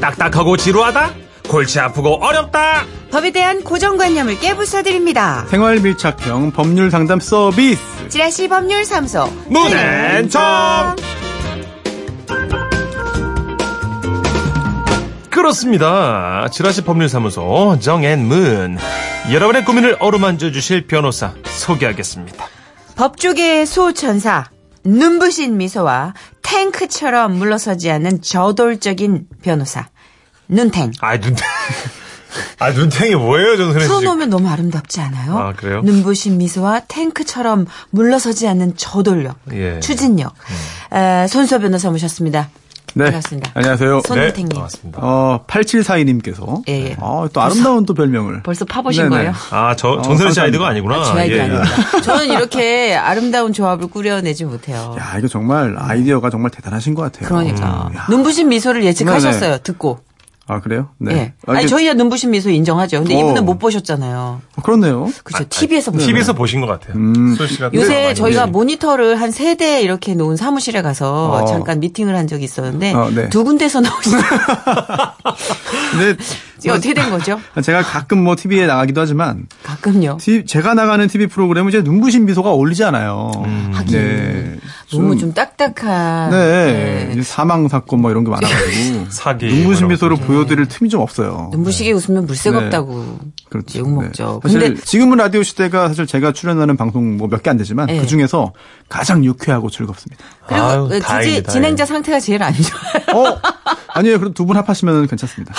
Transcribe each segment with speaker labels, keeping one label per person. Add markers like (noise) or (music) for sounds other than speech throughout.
Speaker 1: 딱딱하고 지루하다? 골치 아프고 어렵다?
Speaker 2: 법에 대한 고정관념을 깨부숴드립니다.
Speaker 3: 생활 밀착형 법률 상담 서비스.
Speaker 2: 지라시 법률사무소
Speaker 1: 네. 문앤정 그렇습니다. 지라시 법률사무소 정앤문 여러분의 고민을 어루만져 주실 변호사 소개하겠습니다.
Speaker 2: 법조계의 수호천사 눈부신 미소와 탱크처럼 물러서지 않는 저돌적인 변호사 눈탱
Speaker 1: 아 눈, 아 눈탱이 뭐예요, 정선혜 씨?
Speaker 2: 풀어놓으면 너무 아름답지 않아요?
Speaker 1: 아, 그래요?
Speaker 2: 눈부신 미소와 탱크처럼 물러서지 않는 저돌력,
Speaker 1: 예. 음.
Speaker 2: 추진력. 에, 손수호 변호사 모셨습니다.
Speaker 3: 네.
Speaker 2: 반갑습니다.
Speaker 3: 안녕하세요.
Speaker 2: 손희택님.
Speaker 1: 네. 반갑습니다.
Speaker 3: 어, 8742님께서.
Speaker 2: 예, 예.
Speaker 3: 어, 또 아름다운 또 별명을.
Speaker 2: 벌써 파보신
Speaker 3: 네네.
Speaker 2: 거예요?
Speaker 1: 아, 저, 정선혜 씨
Speaker 3: 어, 감사합니다.
Speaker 1: 아이디가 아니구나.
Speaker 2: 아, 제 아이디
Speaker 1: 예, 예.
Speaker 2: 아닙니다. 저는 이렇게 아름다운 조합을 꾸려내지 못해요.
Speaker 3: 야, 이거 정말 아이디어가 정말 대단하신 것 같아요.
Speaker 2: 그러니까
Speaker 3: 음, 야.
Speaker 2: 눈부신 미소를 예측하셨어요.
Speaker 3: 네네.
Speaker 2: 듣고.
Speaker 3: 아, 그래요?
Speaker 2: 예.
Speaker 3: 네. 아,
Speaker 2: 아니
Speaker 3: 이게-
Speaker 2: 저희야 눈부신 미소 인정하죠. 근데
Speaker 3: 어.
Speaker 2: 이분은 못 보셨잖아요.
Speaker 3: 어, 그렇네요.
Speaker 2: 그렇죠. TV에서 보셨
Speaker 1: TV에서 보신 것 같아요.
Speaker 3: 음.
Speaker 1: 수호 씨가
Speaker 2: 요새
Speaker 1: 많이
Speaker 2: 저희가
Speaker 1: 보시니까.
Speaker 2: 모니터를 한 세 대 이렇게 놓은 사무실에 가서
Speaker 3: 어.
Speaker 2: 잠깐 미팅을 한 적이 있었는데
Speaker 3: 어, 네.
Speaker 2: 두 군데서
Speaker 3: (laughs)
Speaker 2: 나오시죠.
Speaker 3: 근데
Speaker 2: 이게 어떻게 된 거죠?
Speaker 3: 제가 가끔 뭐 TV에 나가기도 하지만
Speaker 2: 가끔요.
Speaker 3: 티- 제가 나가는 TV 프로그램은 이제 눈부신 미소가 어울리지 않아요.
Speaker 2: 음. 하긴. 너무 좀 딱딱한.
Speaker 3: 음. 네. 이제 사망 사건 뭐 이런
Speaker 2: (laughs)
Speaker 3: 게 많아가지고
Speaker 1: 사기
Speaker 3: 눈부신
Speaker 1: 이런
Speaker 3: 미소로 보여드릴 틈이 좀 없어요.
Speaker 2: 눈부시게 웃으면 물색 없다고.
Speaker 3: 그렇죠.
Speaker 2: 욕먹죠.
Speaker 3: 네. 사실
Speaker 2: 근데
Speaker 3: 지금은 라디오 시대가 사실 제가 출연하는 방송 뭐 몇 개 안 되지만
Speaker 2: 네.
Speaker 3: 그 중에서 가장 유쾌하고 즐겁습니다.
Speaker 2: 그리고
Speaker 1: 아유,
Speaker 2: 그
Speaker 1: 다행이다, 예.
Speaker 2: 지- 진행자 상태가 제일 안 좋아요.
Speaker 3: 어 아니에요. 그럼 두 분 합하시면 괜찮습니다.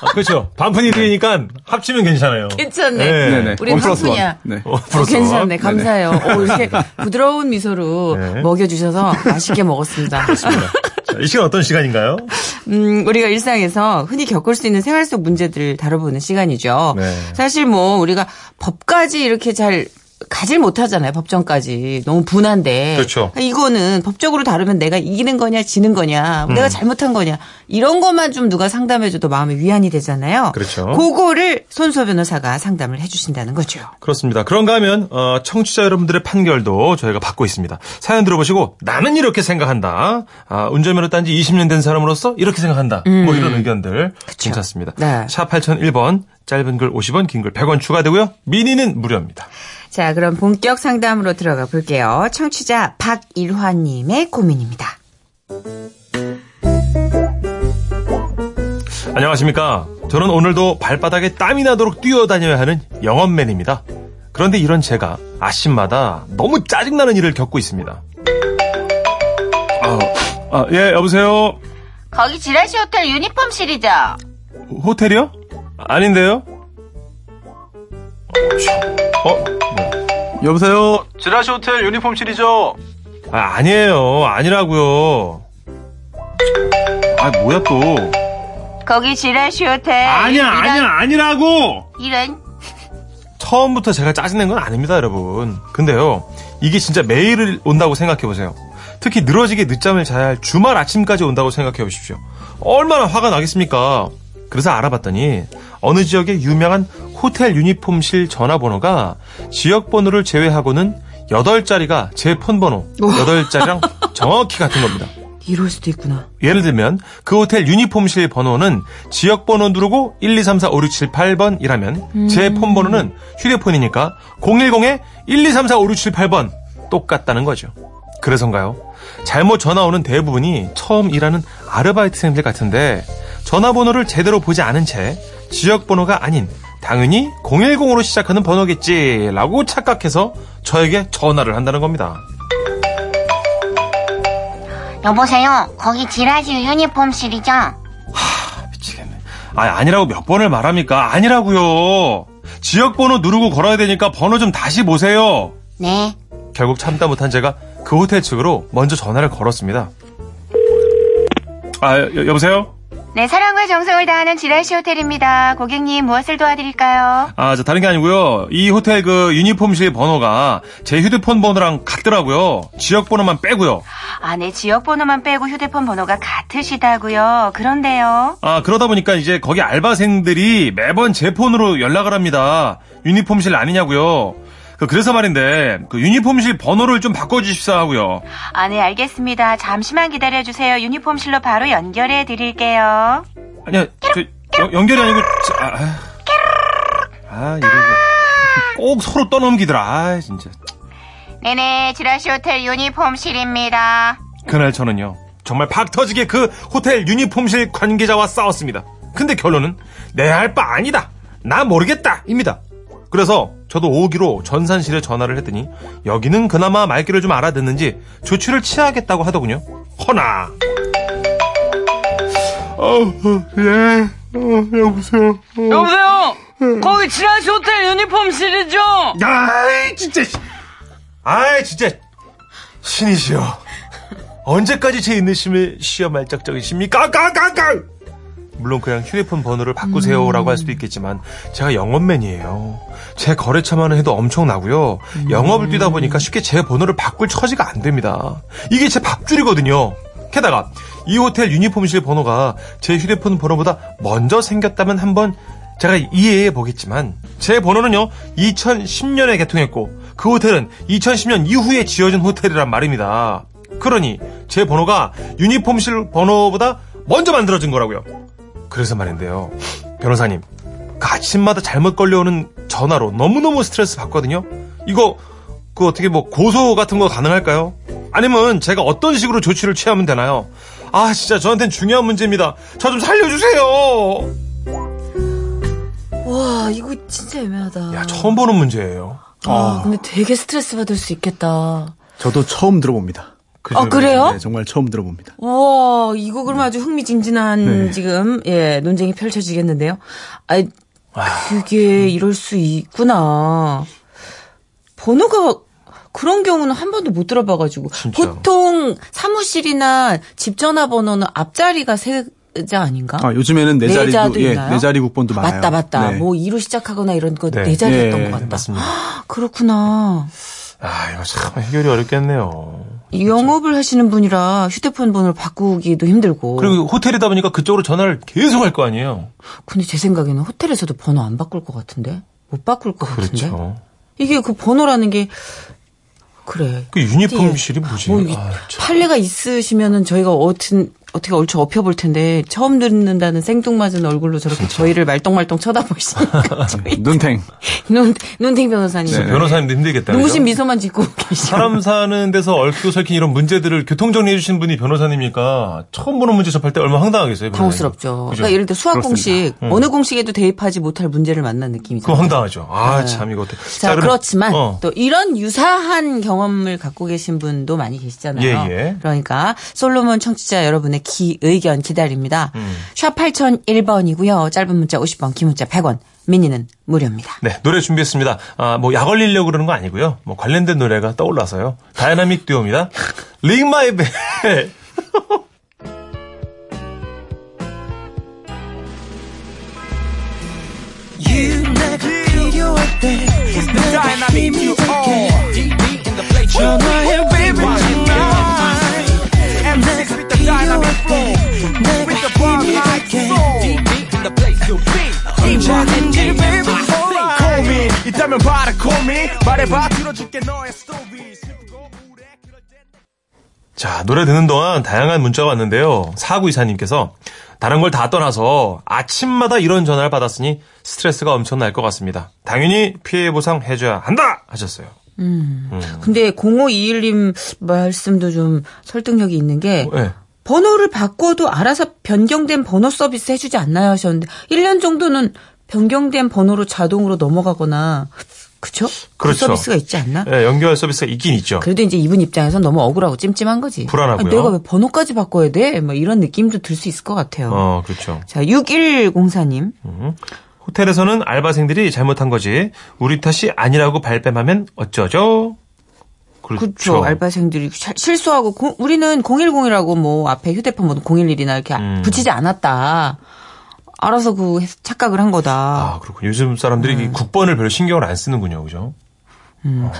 Speaker 1: 아, 그렇죠. 반푼이 들이니까 합치면 괜찮아요.
Speaker 2: 괜찮네.
Speaker 1: 네.
Speaker 3: 네. 네네.
Speaker 2: 우리
Speaker 3: 원 플러스 원.
Speaker 2: 화분이야.
Speaker 3: 네.
Speaker 1: 어,
Speaker 2: 어,
Speaker 1: 부러워.
Speaker 2: 괜찮네. 감사해요. 오, 이렇게 부드러운 미소로
Speaker 1: 네. 그렇죠.
Speaker 2: 먹여주셔서 맛있게
Speaker 1: (laughs)
Speaker 2: 먹었습니다.
Speaker 1: 자, 이 시간 어떤 시간인가요?
Speaker 2: 음, 우리가 일상에서 흔히 겪을 수 있는 생활 속 문제들을 다뤄보는 시간이죠.
Speaker 1: 네.
Speaker 2: 사실 뭐 우리가 법까지 이렇게 잘 가질 못하잖아요. 법정까지 너무 분한데. 아,
Speaker 1: 그렇죠.
Speaker 2: 이거는 법적으로 다루면 내가 이기는 거냐, 지는
Speaker 1: 음.
Speaker 2: 거냐, 내가 잘못한 거냐 이런 것만 좀 누가 상담해줘도 마음이 위안이 되잖아요.
Speaker 1: 그렇죠.
Speaker 2: 그거를 손수호 변호사가 상담을 해주신다는 거죠.
Speaker 1: 그렇습니다. 그런가 하면 어, 청취자 여러분들의 판결도 저희가 받고 있습니다. 사연 들어보시고 나는 이렇게 생각한다. 아, 운전면허 딴지 20년 된 사람으로서 이렇게 생각한다. 뭐 이런 의견들 괜찮습니다.
Speaker 2: 네.
Speaker 1: 샵 8001번 짧은 글 50원 긴 글 100원 추가되고요. 미니는 무료입니다.
Speaker 2: 자, 그럼 본격 상담으로 들어가 볼게요. 청취자 박일화님의 고민입니다.
Speaker 1: 안녕하십니까. 저는 오늘도 발바닥에 땀이 나도록 뛰어다녀야 하는 영업맨입니다. 그런데 이런 제가 아침마다 너무 짜증나는 일을 겪고 있습니다. 아, 아, 예, 여보세요?
Speaker 4: 거기 지라시 호텔 유니폼실이죠?
Speaker 1: 호텔이요? 아닌데요? 어?
Speaker 3: 여보세요. 지라시 호텔 유니폼실이죠.
Speaker 1: 아, 니에요 아니라고요. 아, 뭐야 또.
Speaker 4: 거기 지라시 호텔. 이런-
Speaker 1: 아니라고!
Speaker 4: 이런.
Speaker 1: 처음부터 제가 짜증낸 건 아닙니다, 여러분. 근데요, 이게 진짜 매일 온다고 생각해보세요. 특히 늘어지게 늦잠을 자야 할 주말 아침까지 온다고 생각해보십시오. 얼마나 화가 나겠습니까? 그래서 알아봤더니 어느 지역의 유명한 호텔 유니폼실 전화번호가 지역 번호를 제외하고는 8자리가 제 폰 번호 8자리랑 정확히 같은 겁니다.
Speaker 2: 이럴 수도 있구나.
Speaker 1: 예를 들면 그 호텔 유니폼실 번호는 지역 번호 누르고 1, 2, 3, 4, 5, 6, 7, 8번이라면 제 폰 번호는 휴대폰이니까 010에 1, 2, 3, 4, 5, 6, 7, 8번 똑같다는 거죠. 그래서인가요? 잘못 전화 오는 대부분이 처음 일하는 아르바이트생들 같은데 전화번호를 제대로 보지 않은 채 지역 번호가 아닌 당연히 010으로 시작하는 번호겠지라고 착각해서 저에게 전화를 한다는 겁니다.
Speaker 4: 여보세요. 거기 지라시 유니폼실이죠?
Speaker 1: 미치겠네. 아, 아니라고 몇 번을 말합니까? 아니라고요. 지역번호 누르고 걸어야 되니까 번호 좀 다시 보세요.
Speaker 4: 네.
Speaker 1: 결국 참다 못한 제가 그 호텔 측으로 먼저 전화를 걸었습니다. 아, 여, 보세요
Speaker 4: 네, 사랑과 정성을 다하는 지라시 호텔입니다. 고객님, 무엇을 도와드릴까요?
Speaker 1: 아, 저 다른 게 아니고요. 이 호텔 그 유니폼실 번호가 제 휴대폰 번호랑 같더라고요. 지역번호만 빼고요.
Speaker 4: 아, 네, 지역번호만 빼고 휴대폰 번호가 같으시다고요. 그런데요.
Speaker 1: 아, 그러다 보니까 이제 거기 알바생들이 매번 제 폰으로 연락을 합니다. 유니폼실 아니냐고요. 그- 그래서 말인데 그 유니폼실 번호를 좀 바꿔주십사 하고요.
Speaker 4: 아, 네, 알겠습니다. 잠시만 기다려주세요. 유니폼실로 바로 연결해 드릴게요.
Speaker 1: 아니야, 저, 연- 연결이 아니고, 저, 아, 아휴. 아, 이러고. 꼭 서로 떠넘기더라, 아, 진짜.
Speaker 4: 네네, 지라시 호텔 유니폼실입니다.
Speaker 1: 그날 저는요, 정말 박 터지게 그 호텔 유니폼실 관계자와 싸웠습니다. 근데 결론은, 내 할 바 아니다! 나 모르겠다! 입니다. 그래서 저도 5기로 전산실에 전화를 했더니, 여기는 그나마 말귀를 좀 알아듣는지 조치를 취하겠다고 하더군요. 허나! 어, 예.
Speaker 5: 여보세요. 거기 지라시 호텔 유니폼실이죠?
Speaker 1: 아이 진짜 씨. 아이 진짜 신이시여 언제까지 제 인내심을 시험할 작정이십니까 까까까까 물론 그냥 휴대폰 번호를 바꾸세요라고 할 수도 있겠지만 제가 영업맨이에요 제 거래처만 해도 엄청나고요 영업을 뛰다 보니까 쉽게 제 번호를 바꿀 처지가 안 됩니다 이게 제 밥줄이거든요 게다가 이 호텔 유니폼실 번호가 제 휴대폰 번호보다 먼저 생겼다면 한번 제가 이해해 보겠지만 제 번호는요 2010년에 개통했고 그 호텔은 2010년 이후에 지어진 호텔이란 말입니다. 그러니 제 번호가 유니폼실 번호보다 먼저 만들어진 거라고요. 그래서 말인데요, 변호사님 그 아침마다 잘못 걸려오는 전화로 너무너무 스트레스 받거든요. 이거 그 어떻게 뭐 고소 같은 거 가능할까요? 아니면 제가 어떤 식으로 조치를 취하면 되나요? 아 진짜 저한텐 중요한 문제입니다. 저 좀 살려주세요.
Speaker 2: 와, 이거 진짜 애매하다.
Speaker 1: 야, 처음 보는 문제예요.
Speaker 2: 아, 근데 되게 스트레스 받을 수 있겠다.
Speaker 3: 저도 처음 들어봅니다.
Speaker 1: 그죠?
Speaker 2: 아, 그래요?
Speaker 3: 네, 정말 처음 들어봅니다.
Speaker 2: 우와, 이거 그러면 아주 흥미진진한
Speaker 3: 네.
Speaker 2: 지금, 예, 논쟁이 펼쳐지겠는데요. 아, 그게 이럴 수 있구나. 번호가, 그런 경우는 한 번도 못 들어봐가지고.
Speaker 1: 진짜.
Speaker 2: 보통 사무실이나 집 전화번호는 앞자리가 세 자 아닌가?
Speaker 3: 아, 요즘에는 네 자리도, 예,
Speaker 2: 있나요?
Speaker 3: 네 자리 국번도 많아요.
Speaker 2: 맞다, 맞다.
Speaker 3: 네.
Speaker 2: 뭐, 이로 시작하거나 이런 거 네
Speaker 1: 네.
Speaker 2: 자리였던
Speaker 3: 예,
Speaker 2: 것 같다.
Speaker 1: 맞습니다.
Speaker 2: 아, 그렇구나.
Speaker 1: 아, 이거 참 해결이 어렵겠네요.
Speaker 2: 영업을 하시는 분이라 휴대폰 번호를 바꾸기도 힘들고.
Speaker 1: 그리고 호텔이다 보니까 그쪽으로 전화를 계속 할 거 아니에요.
Speaker 2: 근데 제 생각에는 호텔에서도 번호 안 바꿀 것 같은데? 못 바꿀 것 같은데?
Speaker 1: 그렇죠.
Speaker 2: 이게 그 번호라는 게, 그래.
Speaker 1: 그 유니폼실이 뭐지?
Speaker 2: 뭐 이게
Speaker 1: 아, 참.
Speaker 2: 판례가 있으시면은 저희가 어떤 어떻게 얼추 엎여볼 텐데 처음 듣는다는 생뚱맞은 얼굴로 저렇게 저희를
Speaker 1: (laughs)
Speaker 2: 말똥말똥 쳐다보시니까 (laughs) 저희
Speaker 3: 눈탱.
Speaker 2: 눈 눈탱 변호사님
Speaker 1: 진짜 네. 변호사님도 힘들겠다.
Speaker 2: 눈부신
Speaker 1: 그죠?
Speaker 2: 미소만 짓고 (laughs) 계시고
Speaker 1: 사람 사는 데서 얽히고 설킨 이런 문제들을 교통정리해 주신 분이 변호사님이니까 처음 보는 문제 접할 때 얼마나 황당하겠어요. 변호사님.
Speaker 2: 당혹스럽죠.
Speaker 1: 네. 그죠? 음.
Speaker 2: 그러니까 예를 들어 수학
Speaker 3: 그렇습니다.
Speaker 2: 공식 어느 공식에도 대입하지 못할 문제를 만난 느낌이죠.
Speaker 1: 그거 황당하죠. 아, 참, 이거 어때.
Speaker 2: 네. 자,
Speaker 1: 그럼-
Speaker 2: 그렇지만
Speaker 1: 어.
Speaker 2: 또 이런 유사한 경험을 갖고 계신 분도 많이 계시잖아요.
Speaker 1: 예, 예.
Speaker 2: 그러니까 솔로몬 청취자 여러분의 기 의견 기다립니다.
Speaker 1: 음.
Speaker 2: 샵 8001번이고요. 짧은 문자 50원, 긴 문자 100원. 미니는 무료입니다.
Speaker 1: 네, 노래 준비했습니다. 아, 뭐, 약 올리려고 그러는 거 아니고요. 뭐, 관련된 노래가 떠올라서요. 다이나믹
Speaker 2: (laughs)
Speaker 1: 듀오입니다. 링 마이 벨. 자, 노래 듣는 동안 다양한 문자가 왔는데요. 사구 이사님께서 다른 걸 다 떠나서 아침마다 이런 전화를 받았으니 스트레스가 엄청 날 것 같습니다. 당연히 피해 보상 해줘야 한다 하셨어요.
Speaker 2: 근데 0521님 말씀도 좀 설득력이 있는 게
Speaker 1: 예.
Speaker 2: 번호를 바꿔도 알아서 변경된 번호 서비스 해주지 않나요 하셨는데 1년 정도는 변경된 번호로 자동으로 넘어가거나 그쵸? 그
Speaker 1: 그렇죠.
Speaker 2: 서비스가 있지 않나?
Speaker 1: 예, 연결 서비스가 있긴 있죠.
Speaker 2: 그래도 이제 이분 입장에선 너무 억울하고 찜찜한 거지.
Speaker 1: 불안하고요.
Speaker 2: 아, 내가 왜 번호까지 바꿔야 돼? 뭐 이런 느낌도 들 수 있을 것 같아요.
Speaker 1: 어, 그렇죠.
Speaker 2: 자, 6104님.
Speaker 1: 음. 호텔에서는 알바생들이 잘못한 거지 우리 탓이 아니라고 발뺌하면 어쩌죠? 그렇죠.
Speaker 2: 그렇죠. 알바생들이 자- 실수하고 공- 우리는 010이라고 뭐 앞에 휴대폰 번호 011이나 이렇게
Speaker 1: 음.
Speaker 2: 붙이지 않았다. 알아서 그 했- 착각을 한 거다.
Speaker 1: 아, 그렇군요. 요즘 사람들이
Speaker 2: 네.
Speaker 1: 이 국번을 별로 신경을 안 쓰는군요. 그죠?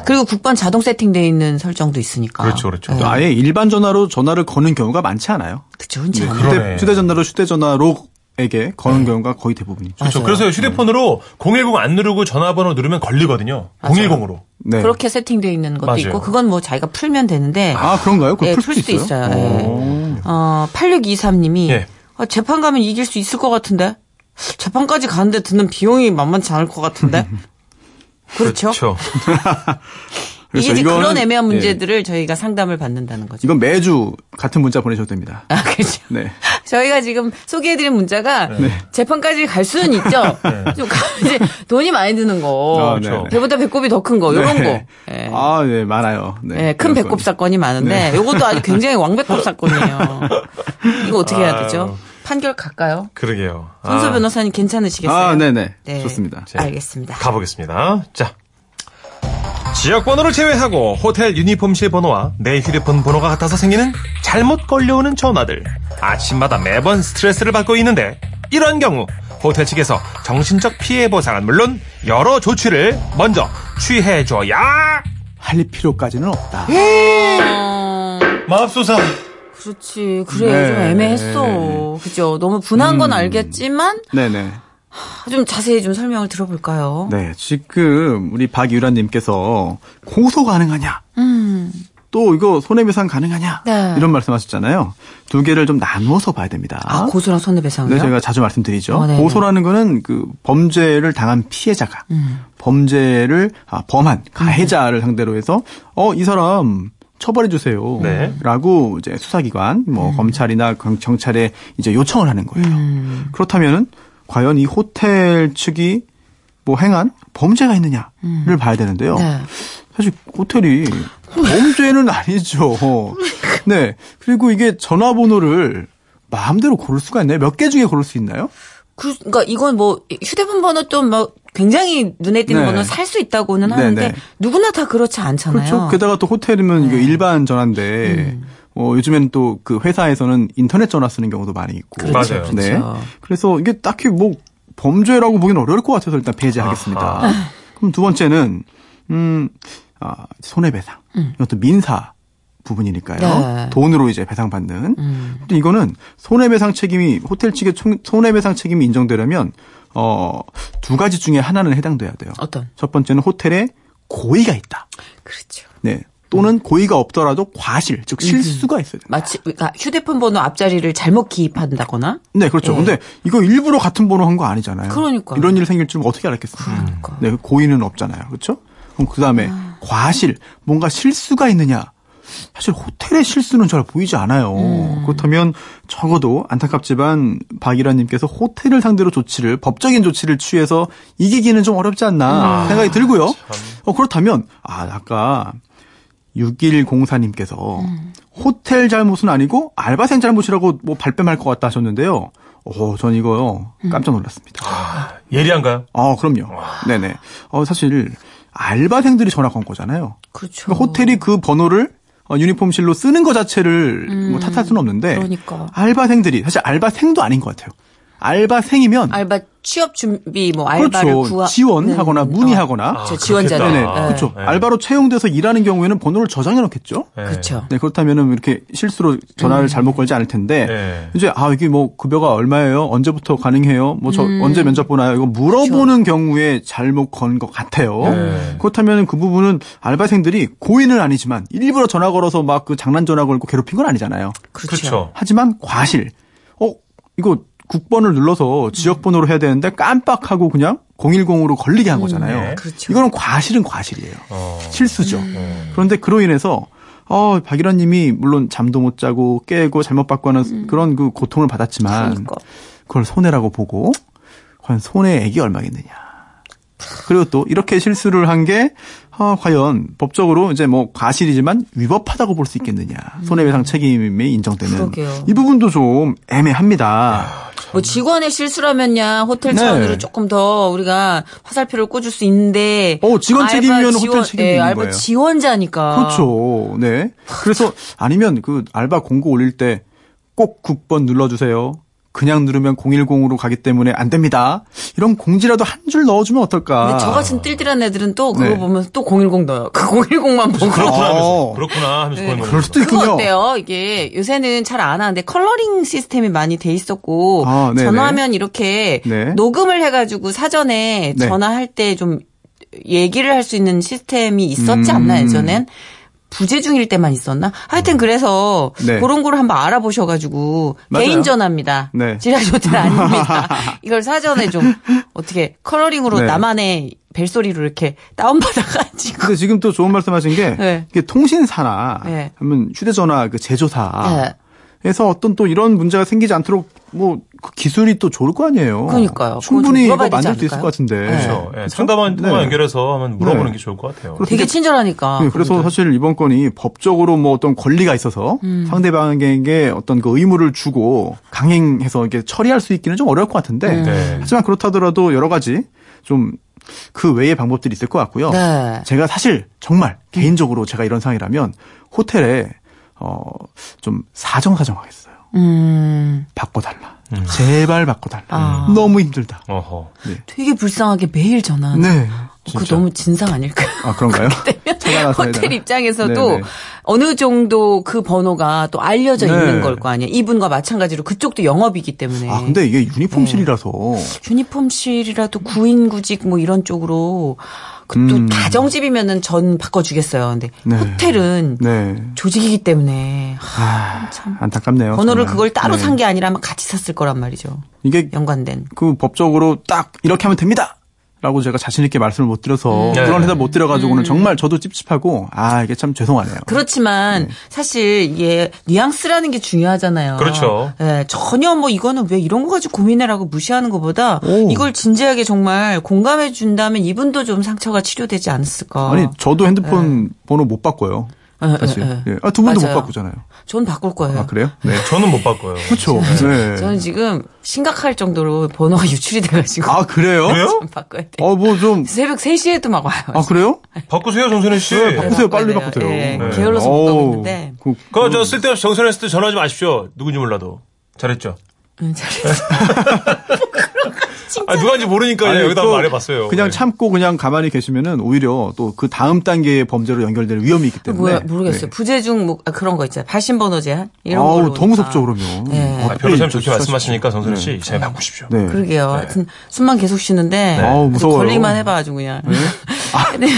Speaker 2: 그리고 국번 자동 세팅되어 있는 설정도 있으니까.
Speaker 1: 그렇죠, 그렇죠.
Speaker 2: 네.
Speaker 1: 아,
Speaker 3: 아예 일반 전화로 전화를 거는 경우가 많지 않아요.
Speaker 2: 음, 그쵸, 흔치
Speaker 3: 네,
Speaker 2: 않아요.
Speaker 1: 그러네.
Speaker 3: 휴대, 휴대전화로 휴대전화로에게 거는
Speaker 2: 네.
Speaker 3: 경우가 거의 대부분이죠.
Speaker 1: 그렇죠.
Speaker 2: 맞아요. 네.
Speaker 1: 그래서 휴대폰으로 010 안 누르고 전화번호 누르면 걸리거든요. 010으로.
Speaker 3: 네.
Speaker 2: 그렇게 세팅되어 있는 것도
Speaker 1: 맞아요.
Speaker 2: 있고 그건 뭐 자기가 풀면 되는데
Speaker 3: 아, 그런가요? 그걸
Speaker 2: 예,
Speaker 3: 풀 수도 있어요?
Speaker 2: 있어요. 예.
Speaker 3: 오.
Speaker 2: 어, 8623님이
Speaker 1: 예.
Speaker 2: 아, 재판 가면 이길 수 있을 것 같은데. 재판까지 가는데 드는 비용이 만만치 않을 것
Speaker 3: (laughs)
Speaker 2: 같은데. 그렇죠.
Speaker 3: 그래서
Speaker 2: 이게 이제
Speaker 3: 이거는-
Speaker 2: 그런 애매한
Speaker 3: 예.
Speaker 2: 문제들을 저희가 상담을 받는다는 거죠.
Speaker 3: 이건 매주 같은 문자 보내셔도 됩니다.
Speaker 2: 아, 그렇죠.
Speaker 3: 네.
Speaker 2: (laughs) 저희가 지금 소개해드린 문자가 재판까지 갈 수는
Speaker 3: (laughs)
Speaker 2: 있죠. 좀 가- 이제 돈이 많이 드는 거,
Speaker 3: 네. 아, 네.
Speaker 2: 배보다 배꼽이 더 큰 거, 이런
Speaker 3: 네.
Speaker 2: 거. 예.
Speaker 3: 아, 네, 많아요. 네.
Speaker 2: 예, 큰
Speaker 3: 그런
Speaker 2: 배꼽
Speaker 3: 건.
Speaker 2: 사건이 많은데 이것도 아주 굉장히
Speaker 3: (laughs)
Speaker 2: 왕배꼽 사건이에요. 이거 어떻게 해야 되죠?
Speaker 1: 아유.
Speaker 2: 판결 갈까요?
Speaker 1: (laughs) 그러게요.
Speaker 2: 손소
Speaker 1: 아,
Speaker 2: 변호사님 괜찮으시겠어요?
Speaker 3: 아, 네네.
Speaker 2: 네.
Speaker 3: 좋습니다.
Speaker 1: 자,
Speaker 2: 알겠습니다.
Speaker 1: 가보겠습니다. 자. 지역 번호를 제외하고 호텔 유니폼실 번호와 내 휴대폰 번호가 같아서 생기는 잘못 걸려오는 전화들. 아침마다 매번 스트레스를 받고 있는데 이런 경우 호텔 측에서 정신적 피해 보상은 물론 여러 조치를 먼저 취해줘야
Speaker 3: 할 필요까지는 없다.
Speaker 2: 예? 어,
Speaker 1: 마법소사
Speaker 2: 그렇지. 그래.
Speaker 3: 네. 음.
Speaker 2: 좀 애매했어. 그죠. 너무 분한 건 알겠지만
Speaker 3: 네네.
Speaker 2: 좀 자세히 좀 설명을 들어볼까요?
Speaker 3: 네, 지금 우리 박유란님께서 고소 가능하냐? 또 이거 손해배상 가능하냐?
Speaker 2: 음. 네.
Speaker 3: 이런 말씀하셨잖아요. 두 개를 좀 나누어서 봐야 됩니다.
Speaker 2: 아, 고소랑
Speaker 3: 네,
Speaker 2: 손해배상이요?
Speaker 3: 제가 자주 말씀드리죠.
Speaker 2: 어, 네네.
Speaker 3: 고소라는 거는 그 범죄를 당한 피해자가
Speaker 2: 음.
Speaker 3: 범죄를 아, 범한 가해자를 상대로 해서 어 이 사람 처벌해 주세요.
Speaker 1: 네.
Speaker 3: 라고 이제 수사기관 뭐
Speaker 2: 음.
Speaker 3: 검찰이나 경- 경찰에 이제 요청을 하는 거예요.
Speaker 2: 음.
Speaker 3: 그렇다면은 과연 이 호텔 측이 뭐 행한 범죄가 있느냐를 봐야 되는데요.
Speaker 2: 네.
Speaker 3: 사실 호텔이 범죄는 아니죠. 네. 그리고 이게 전화번호를 마음대로 고를 수가 있나요? 몇 개 중에 고를 수 있나요?
Speaker 2: 그, 러니까 이건 뭐 휴대폰 번호 또 뭐 굉장히 눈에 띄는
Speaker 3: 네.
Speaker 2: 번호 살 수 있다고는
Speaker 3: 네,
Speaker 2: 하는데
Speaker 3: 네.
Speaker 2: 누구나 다 그렇지 않잖아요.
Speaker 3: 그렇죠. 게다가 또 호텔이면 이게 일반 전화인데 어, 요즘에는 또 그 회사에서는 인터넷 전화 쓰는 경우도 많이 있고.
Speaker 1: 그렇죠, 맞아요.
Speaker 3: 네.
Speaker 2: 그렇죠.
Speaker 3: 그래서 이게 딱히 뭐 범죄라고 보기는 어려울 것 같아서 일단 배제하겠습니다. 그럼 두 번째는 음, 아, 손해배상. 이것도 민사 부분이니까요.
Speaker 2: 네.
Speaker 3: 돈으로 이제 배상받는.
Speaker 2: 음.
Speaker 3: 근데 이거는 손해배상 책임이 호텔 측의 총- 손해배상 책임이 인정되려면 어 두 가지 중에 하나는 해당돼야 돼요.
Speaker 2: 어떤?
Speaker 3: 첫 번째는 호텔에 고의가 있다.
Speaker 2: 그렇죠.
Speaker 3: 네. 또는 고의가 없더라도 과실, 즉 실수가 있어야 돼요.
Speaker 2: 마치 그러니까 휴대폰 번호 앞자리를 잘못 기입한다거나
Speaker 3: 네, 그렇죠. 근데 이거 일부러 같은 번호 한 거 아니잖아요.
Speaker 2: 그러니까요.
Speaker 3: 네. 이런 일 생길 줄 어떻게 알았겠습니까?
Speaker 2: 그러니까. 아.
Speaker 3: 네, 고의는 없잖아요. 그렇죠? 그럼 그다음에 과실, 뭔가 실수가 있느냐? 사실 호텔의 실수는 잘 보이지 않아요.
Speaker 2: 음.
Speaker 3: 그렇다면 적어도 안타깝지만 박일환님께서 호텔을 상대로 조치를 법적인 조치를 취해서 이기기는 좀 어렵지 않나
Speaker 2: 아,
Speaker 3: 생각이 들고요. 어, 그렇다면 아 아까 6104님께서
Speaker 2: 음.
Speaker 3: 호텔 잘못은 아니고 알바생 잘못이라고 뭐 발뺌할 것 같다 하셨는데요. 오, 전 이거요. 깜짝 놀랐습니다.
Speaker 1: 예리한가요?
Speaker 3: 아, 그럼요. 네네. 어, 사실 알바생들이 전화 건 거잖아요.
Speaker 2: 그렇죠.
Speaker 3: 그러니까 호텔이 그 번호를 어, 유니폼실로 쓰는 것 자체를 뭐 탓할 수는 없는데
Speaker 2: 음, 그러니까.
Speaker 3: 알바생들이 사실 알바생도 아닌 것 같아요. 알바생이면
Speaker 2: 알바 취업 준비 뭐 알바를
Speaker 3: 그렇죠.
Speaker 2: 구하
Speaker 3: 지원하겠거나
Speaker 2: 네, 네, 네.
Speaker 3: 문의하거나
Speaker 2: 어.
Speaker 1: 아,
Speaker 2: 저 지원자를
Speaker 1: 그렇겠다.
Speaker 3: 네네.
Speaker 1: 아,
Speaker 3: 그렇죠.
Speaker 1: 네.
Speaker 3: 알바로 채용돼서 일하는 경우에는 번호를 저장해 놓겠죠.
Speaker 1: 네.
Speaker 2: 그렇죠.
Speaker 3: 네, 그렇다면은 이렇게 실수로 전화를
Speaker 2: 음.
Speaker 3: 잘못 걸지 않을 텐데
Speaker 1: 네.
Speaker 3: 이제 아 이게 뭐 급여가 얼마예요? 언제부터 가능해요? 뭐 저
Speaker 2: 음.
Speaker 3: 언제 면접 보나요? 이거 물어보는 경우에 잘못 건 것 같아요.
Speaker 1: 네.
Speaker 3: 그렇다면 그 부분은 알바생들이 고의는 아니지만 일부러 전화 걸어서 막 그 장난 전화 걸고 괴롭힌 건 아니잖아요.
Speaker 2: 그렇죠.
Speaker 1: 그렇죠.
Speaker 3: 하지만 과실. 어 이거 국번을 눌러서 지역번호로 해야 되는데 깜빡하고 그냥 010으로 걸리게 한 거잖아요.
Speaker 1: 네.
Speaker 2: 그렇죠.
Speaker 3: 이거는 과실은 과실이에요.
Speaker 1: 어.
Speaker 3: 아. 실수죠.
Speaker 1: 음.
Speaker 3: 그런데 그로 인해서 어, 박일환 님이 물론 잠도 못 자고 깨고 잘못 받고 하는 그런 그 고통을 받았지만
Speaker 2: 음. 그러니까.
Speaker 3: 그걸 손해라고 보고 과연 손해액이 얼마겠느냐. 그리고 또 이렇게 실수를 한 게 아, 과연 법적으로 이제 뭐 과실이지만 위법하다고 볼 수 있겠느냐. 손해배상 책임이 인정되는
Speaker 2: 그러게요.
Speaker 3: 이 부분도 좀 애매합니다.
Speaker 2: 뭐 직원의 실수라면야 호텔
Speaker 3: 네.
Speaker 2: 차원으로 조금 더 우리가 화살표를 꽂을 수 있는데
Speaker 3: 어, 직원
Speaker 2: 알바
Speaker 3: 책임이면 호텔
Speaker 2: 지원-
Speaker 3: 책임이
Speaker 2: 예,
Speaker 3: 있는
Speaker 2: 알바
Speaker 3: 거예요.
Speaker 2: 지원자니까
Speaker 3: 그렇죠. 네. 그래서 아니면 그 알바 공고 올릴 때 꼭 9번 눌러주세요. 그냥 누르면 010으로 가기 때문에 안 됩니다. 이런 공지라도 한 줄 넣어주면 어떨까.
Speaker 2: 근데 저 같은 띨띨한 애들은 또 그거
Speaker 3: 그러니까. 네.
Speaker 2: 보면서 또 010 넣어요. 그 010만 보고.
Speaker 1: 그렇구나 하면서
Speaker 3: 어.
Speaker 1: 그렇구나 하면서
Speaker 2: 네.
Speaker 1: 뭐 보는
Speaker 3: 그럴 수도
Speaker 2: 그거
Speaker 3: 있군요.
Speaker 2: 어때요? 이게 요새는 잘 안 하는데 컬러링 시스템이 많이 돼 있었고
Speaker 3: 아, 네네.
Speaker 2: 전화하면 이렇게
Speaker 3: 네.
Speaker 2: 녹음을 해가지고 사전에
Speaker 3: 네. 음.
Speaker 2: 전화할 때 좀 얘기를 할 수 있는 시스템이 있었지 않나 예전엔 부재 중일 때만 있었나? 하여튼 그래서
Speaker 3: 네.
Speaker 2: 그런 거를 한번 알아보셔가지고
Speaker 3: 맞아요.
Speaker 2: 개인 전화입니다.
Speaker 3: 네.
Speaker 2: 지라시 호텔
Speaker 3: (laughs)
Speaker 2: 아닙니다. 이걸 사전에 좀 어떻게 컬러링으로
Speaker 3: 네.
Speaker 2: 나만의 벨소리로 이렇게 다운받아가지고
Speaker 3: 근데 지금 또 좋은 말씀하신 게
Speaker 2: 네.
Speaker 3: 이게 통신사나
Speaker 2: 네.
Speaker 3: 하면 휴대전화 그 제조사에서 어떤 또 이런 문제가 생기지 않도록 뭐그 기술이 또 좋을 거 아니에요.
Speaker 2: 그러니까요.
Speaker 3: 충분히 이거
Speaker 2: 그거 좀 물어봐야
Speaker 3: 만들 수
Speaker 2: 되지
Speaker 3: 있을
Speaker 2: 않을까요?
Speaker 3: 것 같은데.
Speaker 2: 네.
Speaker 3: 그렇죠?
Speaker 1: 예, 상담원 통화
Speaker 3: 네.
Speaker 1: 연결해서 한번 물어보는
Speaker 3: 네.
Speaker 1: 게 좋을 것 같아요.
Speaker 3: 그렇-
Speaker 2: 되게
Speaker 3: 근데-
Speaker 2: 친절하니까.
Speaker 3: 네, 그래서 사실 이번 건이 법적으로 뭐 어떤 권리가 있어서 상대방에게 어떤 그 의무를 주고 강행해서 이렇게 처리할 수 있기는 좀 어려울 것 같은데
Speaker 1: 네.
Speaker 3: 하지만 그렇다더라도 여러 가지 좀 그 외의 방법들이 있을 것 같고요.
Speaker 2: 네.
Speaker 3: 제가 사실 정말 개인적으로 제가 이런 상황이라면 호텔에 어좀 사정사정하겠어요.
Speaker 2: 음,
Speaker 3: 바꿔달라. 제발 바꿔달라.
Speaker 2: 아.
Speaker 3: 너무 힘들다.
Speaker 1: 어허.
Speaker 2: 되게 불쌍하게 매일 전화.
Speaker 3: 네.
Speaker 2: 그 너무 진상 아닐까요? (laughs)
Speaker 3: 아 그런가요? 찾아가서
Speaker 2: 호텔
Speaker 3: 해달라.
Speaker 2: 입장에서도
Speaker 3: 네네.
Speaker 2: 어느 정도 그 번호가 또 알려져
Speaker 3: 네.
Speaker 2: 있는 걸 거 아니에요. 이분과 마찬가지로 그쪽도 영업이기 때문에.
Speaker 3: 아 근데 이게 유니폼실이라서
Speaker 2: 유니폼실이라도 구인구직 뭐 이런 쪽으로 그 또
Speaker 3: 음.
Speaker 2: 가정집이면은 전 바꿔주겠어요. 근데
Speaker 3: 네.
Speaker 2: 호텔은
Speaker 3: 네.
Speaker 2: 조직이기 때문에 하,
Speaker 3: 아,
Speaker 2: 음, 참.
Speaker 3: 안타깝네요.
Speaker 2: 번호를
Speaker 3: 정말.
Speaker 2: 그걸 따로
Speaker 3: 네.
Speaker 2: 산 게 아니라 아마 같이 샀을 거란 말이죠.
Speaker 3: 이게
Speaker 2: 연관된.
Speaker 3: 그 법적으로 딱 이렇게 하면 됩니다. 라고 제가 자신 있게 말씀을 못
Speaker 2: 음.
Speaker 3: 드려서
Speaker 1: 네.
Speaker 3: 그런 해답 못 드려가지고는 정말 저도 찝찝하고 아 이게 참 죄송하네요.
Speaker 2: 그렇지만 사실 이게 뉘앙스라는 게 중요하잖아요.
Speaker 1: 그렇죠.
Speaker 2: 예, 전혀 뭐 이거는 왜 이런 거 가지고 고민해라고 무시하는 것보다
Speaker 3: 오.
Speaker 2: 이걸 진지하게 정말 공감해 준다면 이분도 좀 상처가 치료되지 않았을까.
Speaker 3: 아니 저도 핸드폰 번호 못 바꿔요.
Speaker 2: 예,
Speaker 3: 사실
Speaker 2: 예, 예.
Speaker 3: 예. 아, 두 분도
Speaker 2: 네. 맞아요.
Speaker 3: 못 바꾸잖아요.
Speaker 2: 전 바꿀 거예요.
Speaker 3: 아 그래요? 네.
Speaker 1: 저는 못 바꿔요.
Speaker 3: 그렇죠. 네.
Speaker 2: 저는 지금 심각할 정도로 번호가 (laughs) 유출이 돼가지고
Speaker 3: 아 그래요?
Speaker 1: 그래요?
Speaker 2: 좀 바꿔야 돼. 요
Speaker 3: 어뭐 좀 아
Speaker 2: 새벽 3시에도 막 와요.
Speaker 3: 그래요?
Speaker 1: 바꾸세요, 정선혜 씨.
Speaker 3: 네, 바꾸세요.
Speaker 2: 바꿔야
Speaker 3: 빨리
Speaker 2: 돼요.
Speaker 3: 바꾸세요.
Speaker 2: 예,
Speaker 1: 네.
Speaker 2: 게을러서 못 가고
Speaker 3: 어우,
Speaker 2: 있는데.
Speaker 3: 그,
Speaker 1: 그거 저 쓸데없이 정선혜 씨한테 전화하지 마십시오. 누군지 몰라도. 잘했죠?
Speaker 2: 음, 잘했어.
Speaker 1: 아, 누가인지 모르니까
Speaker 3: 아니,
Speaker 1: 여기다
Speaker 3: 또
Speaker 1: 말해봤어요.
Speaker 3: 그냥
Speaker 1: 네.
Speaker 3: 참고 그냥 가만히 계시면은 오히려 또 그 다음 단계의 범죄로 연결될 위험이 있기 때문에 네.
Speaker 2: 뭐야, 모르겠어요. 부재중, 뭐, 아, 그런 거 있잖아요. 발신번호 제한? 이런 거.
Speaker 3: 아우 음. 더 무섭죠 그러면.
Speaker 2: 네.
Speaker 1: 아, 변호사님 저렇게 말씀하시니까 정선혜 씨, 잘 바꾸십시오.
Speaker 3: 네.
Speaker 2: 그러게요. 하여튼, 숨만 계속 쉬는데.
Speaker 3: 아우, 무서워요.
Speaker 2: 걸리기만 해봐, (laughs) 아주 그냥. 네.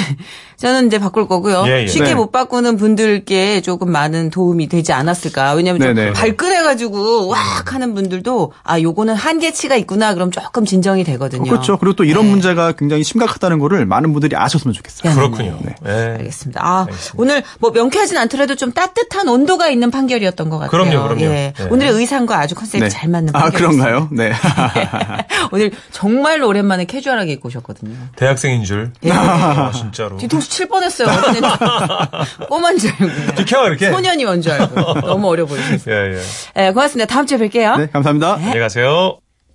Speaker 2: 저는 이제 바꿀 거고요.
Speaker 1: 예, 예.
Speaker 2: 쉽게
Speaker 3: 네.
Speaker 2: 못 바꾸는 분들께 조금 많은 도움이 되지 않았을까. 왜냐면 좀
Speaker 3: 네, 네.
Speaker 2: 발끈해가지고 왁 하는 분들도 아, 요거는 한계치가 있구나. 그럼 조금 진정이 되거든요.
Speaker 3: 그렇죠. 그리고 또
Speaker 2: 예.
Speaker 3: 이런 문제가 굉장히 심각하다는 거를 많은 분들이 아셨으면 좋겠어요.
Speaker 1: 그렇군요.
Speaker 3: 네.
Speaker 1: 예.
Speaker 2: 알겠습니다. 아,
Speaker 1: 알겠습니다.
Speaker 2: 오늘 뭐 명쾌하진 않더라도 좀 따뜻한 온도가 있는 판결이었던 것 같아요.
Speaker 1: 그럼요, 그럼요.
Speaker 2: 예.
Speaker 1: 네.
Speaker 2: 오늘의 의상과 아주 컨셉이
Speaker 3: 네.
Speaker 2: 잘 맞는
Speaker 3: 아
Speaker 2: 판결.
Speaker 3: 그런가요? 네. (laughs)
Speaker 2: (laughs) 오늘 정말 오랜만에 캐주얼하게 입고 오셨거든요.
Speaker 1: 대학생인 줄. 아, 진짜로.
Speaker 2: 뒤통수 칠 뻔했어요.
Speaker 1: (laughs)
Speaker 2: 어제는. 꼬만 줄 알고. 그냥.
Speaker 1: 비켜, 이렇게.
Speaker 2: 소년이 온 줄 알고. 너무 어려 보이셨어요.
Speaker 1: 예, 예.
Speaker 2: 예, 고맙습니다. 다음 주에 뵐게요.
Speaker 3: 네 감사합니다.
Speaker 1: 안녕히 가세요.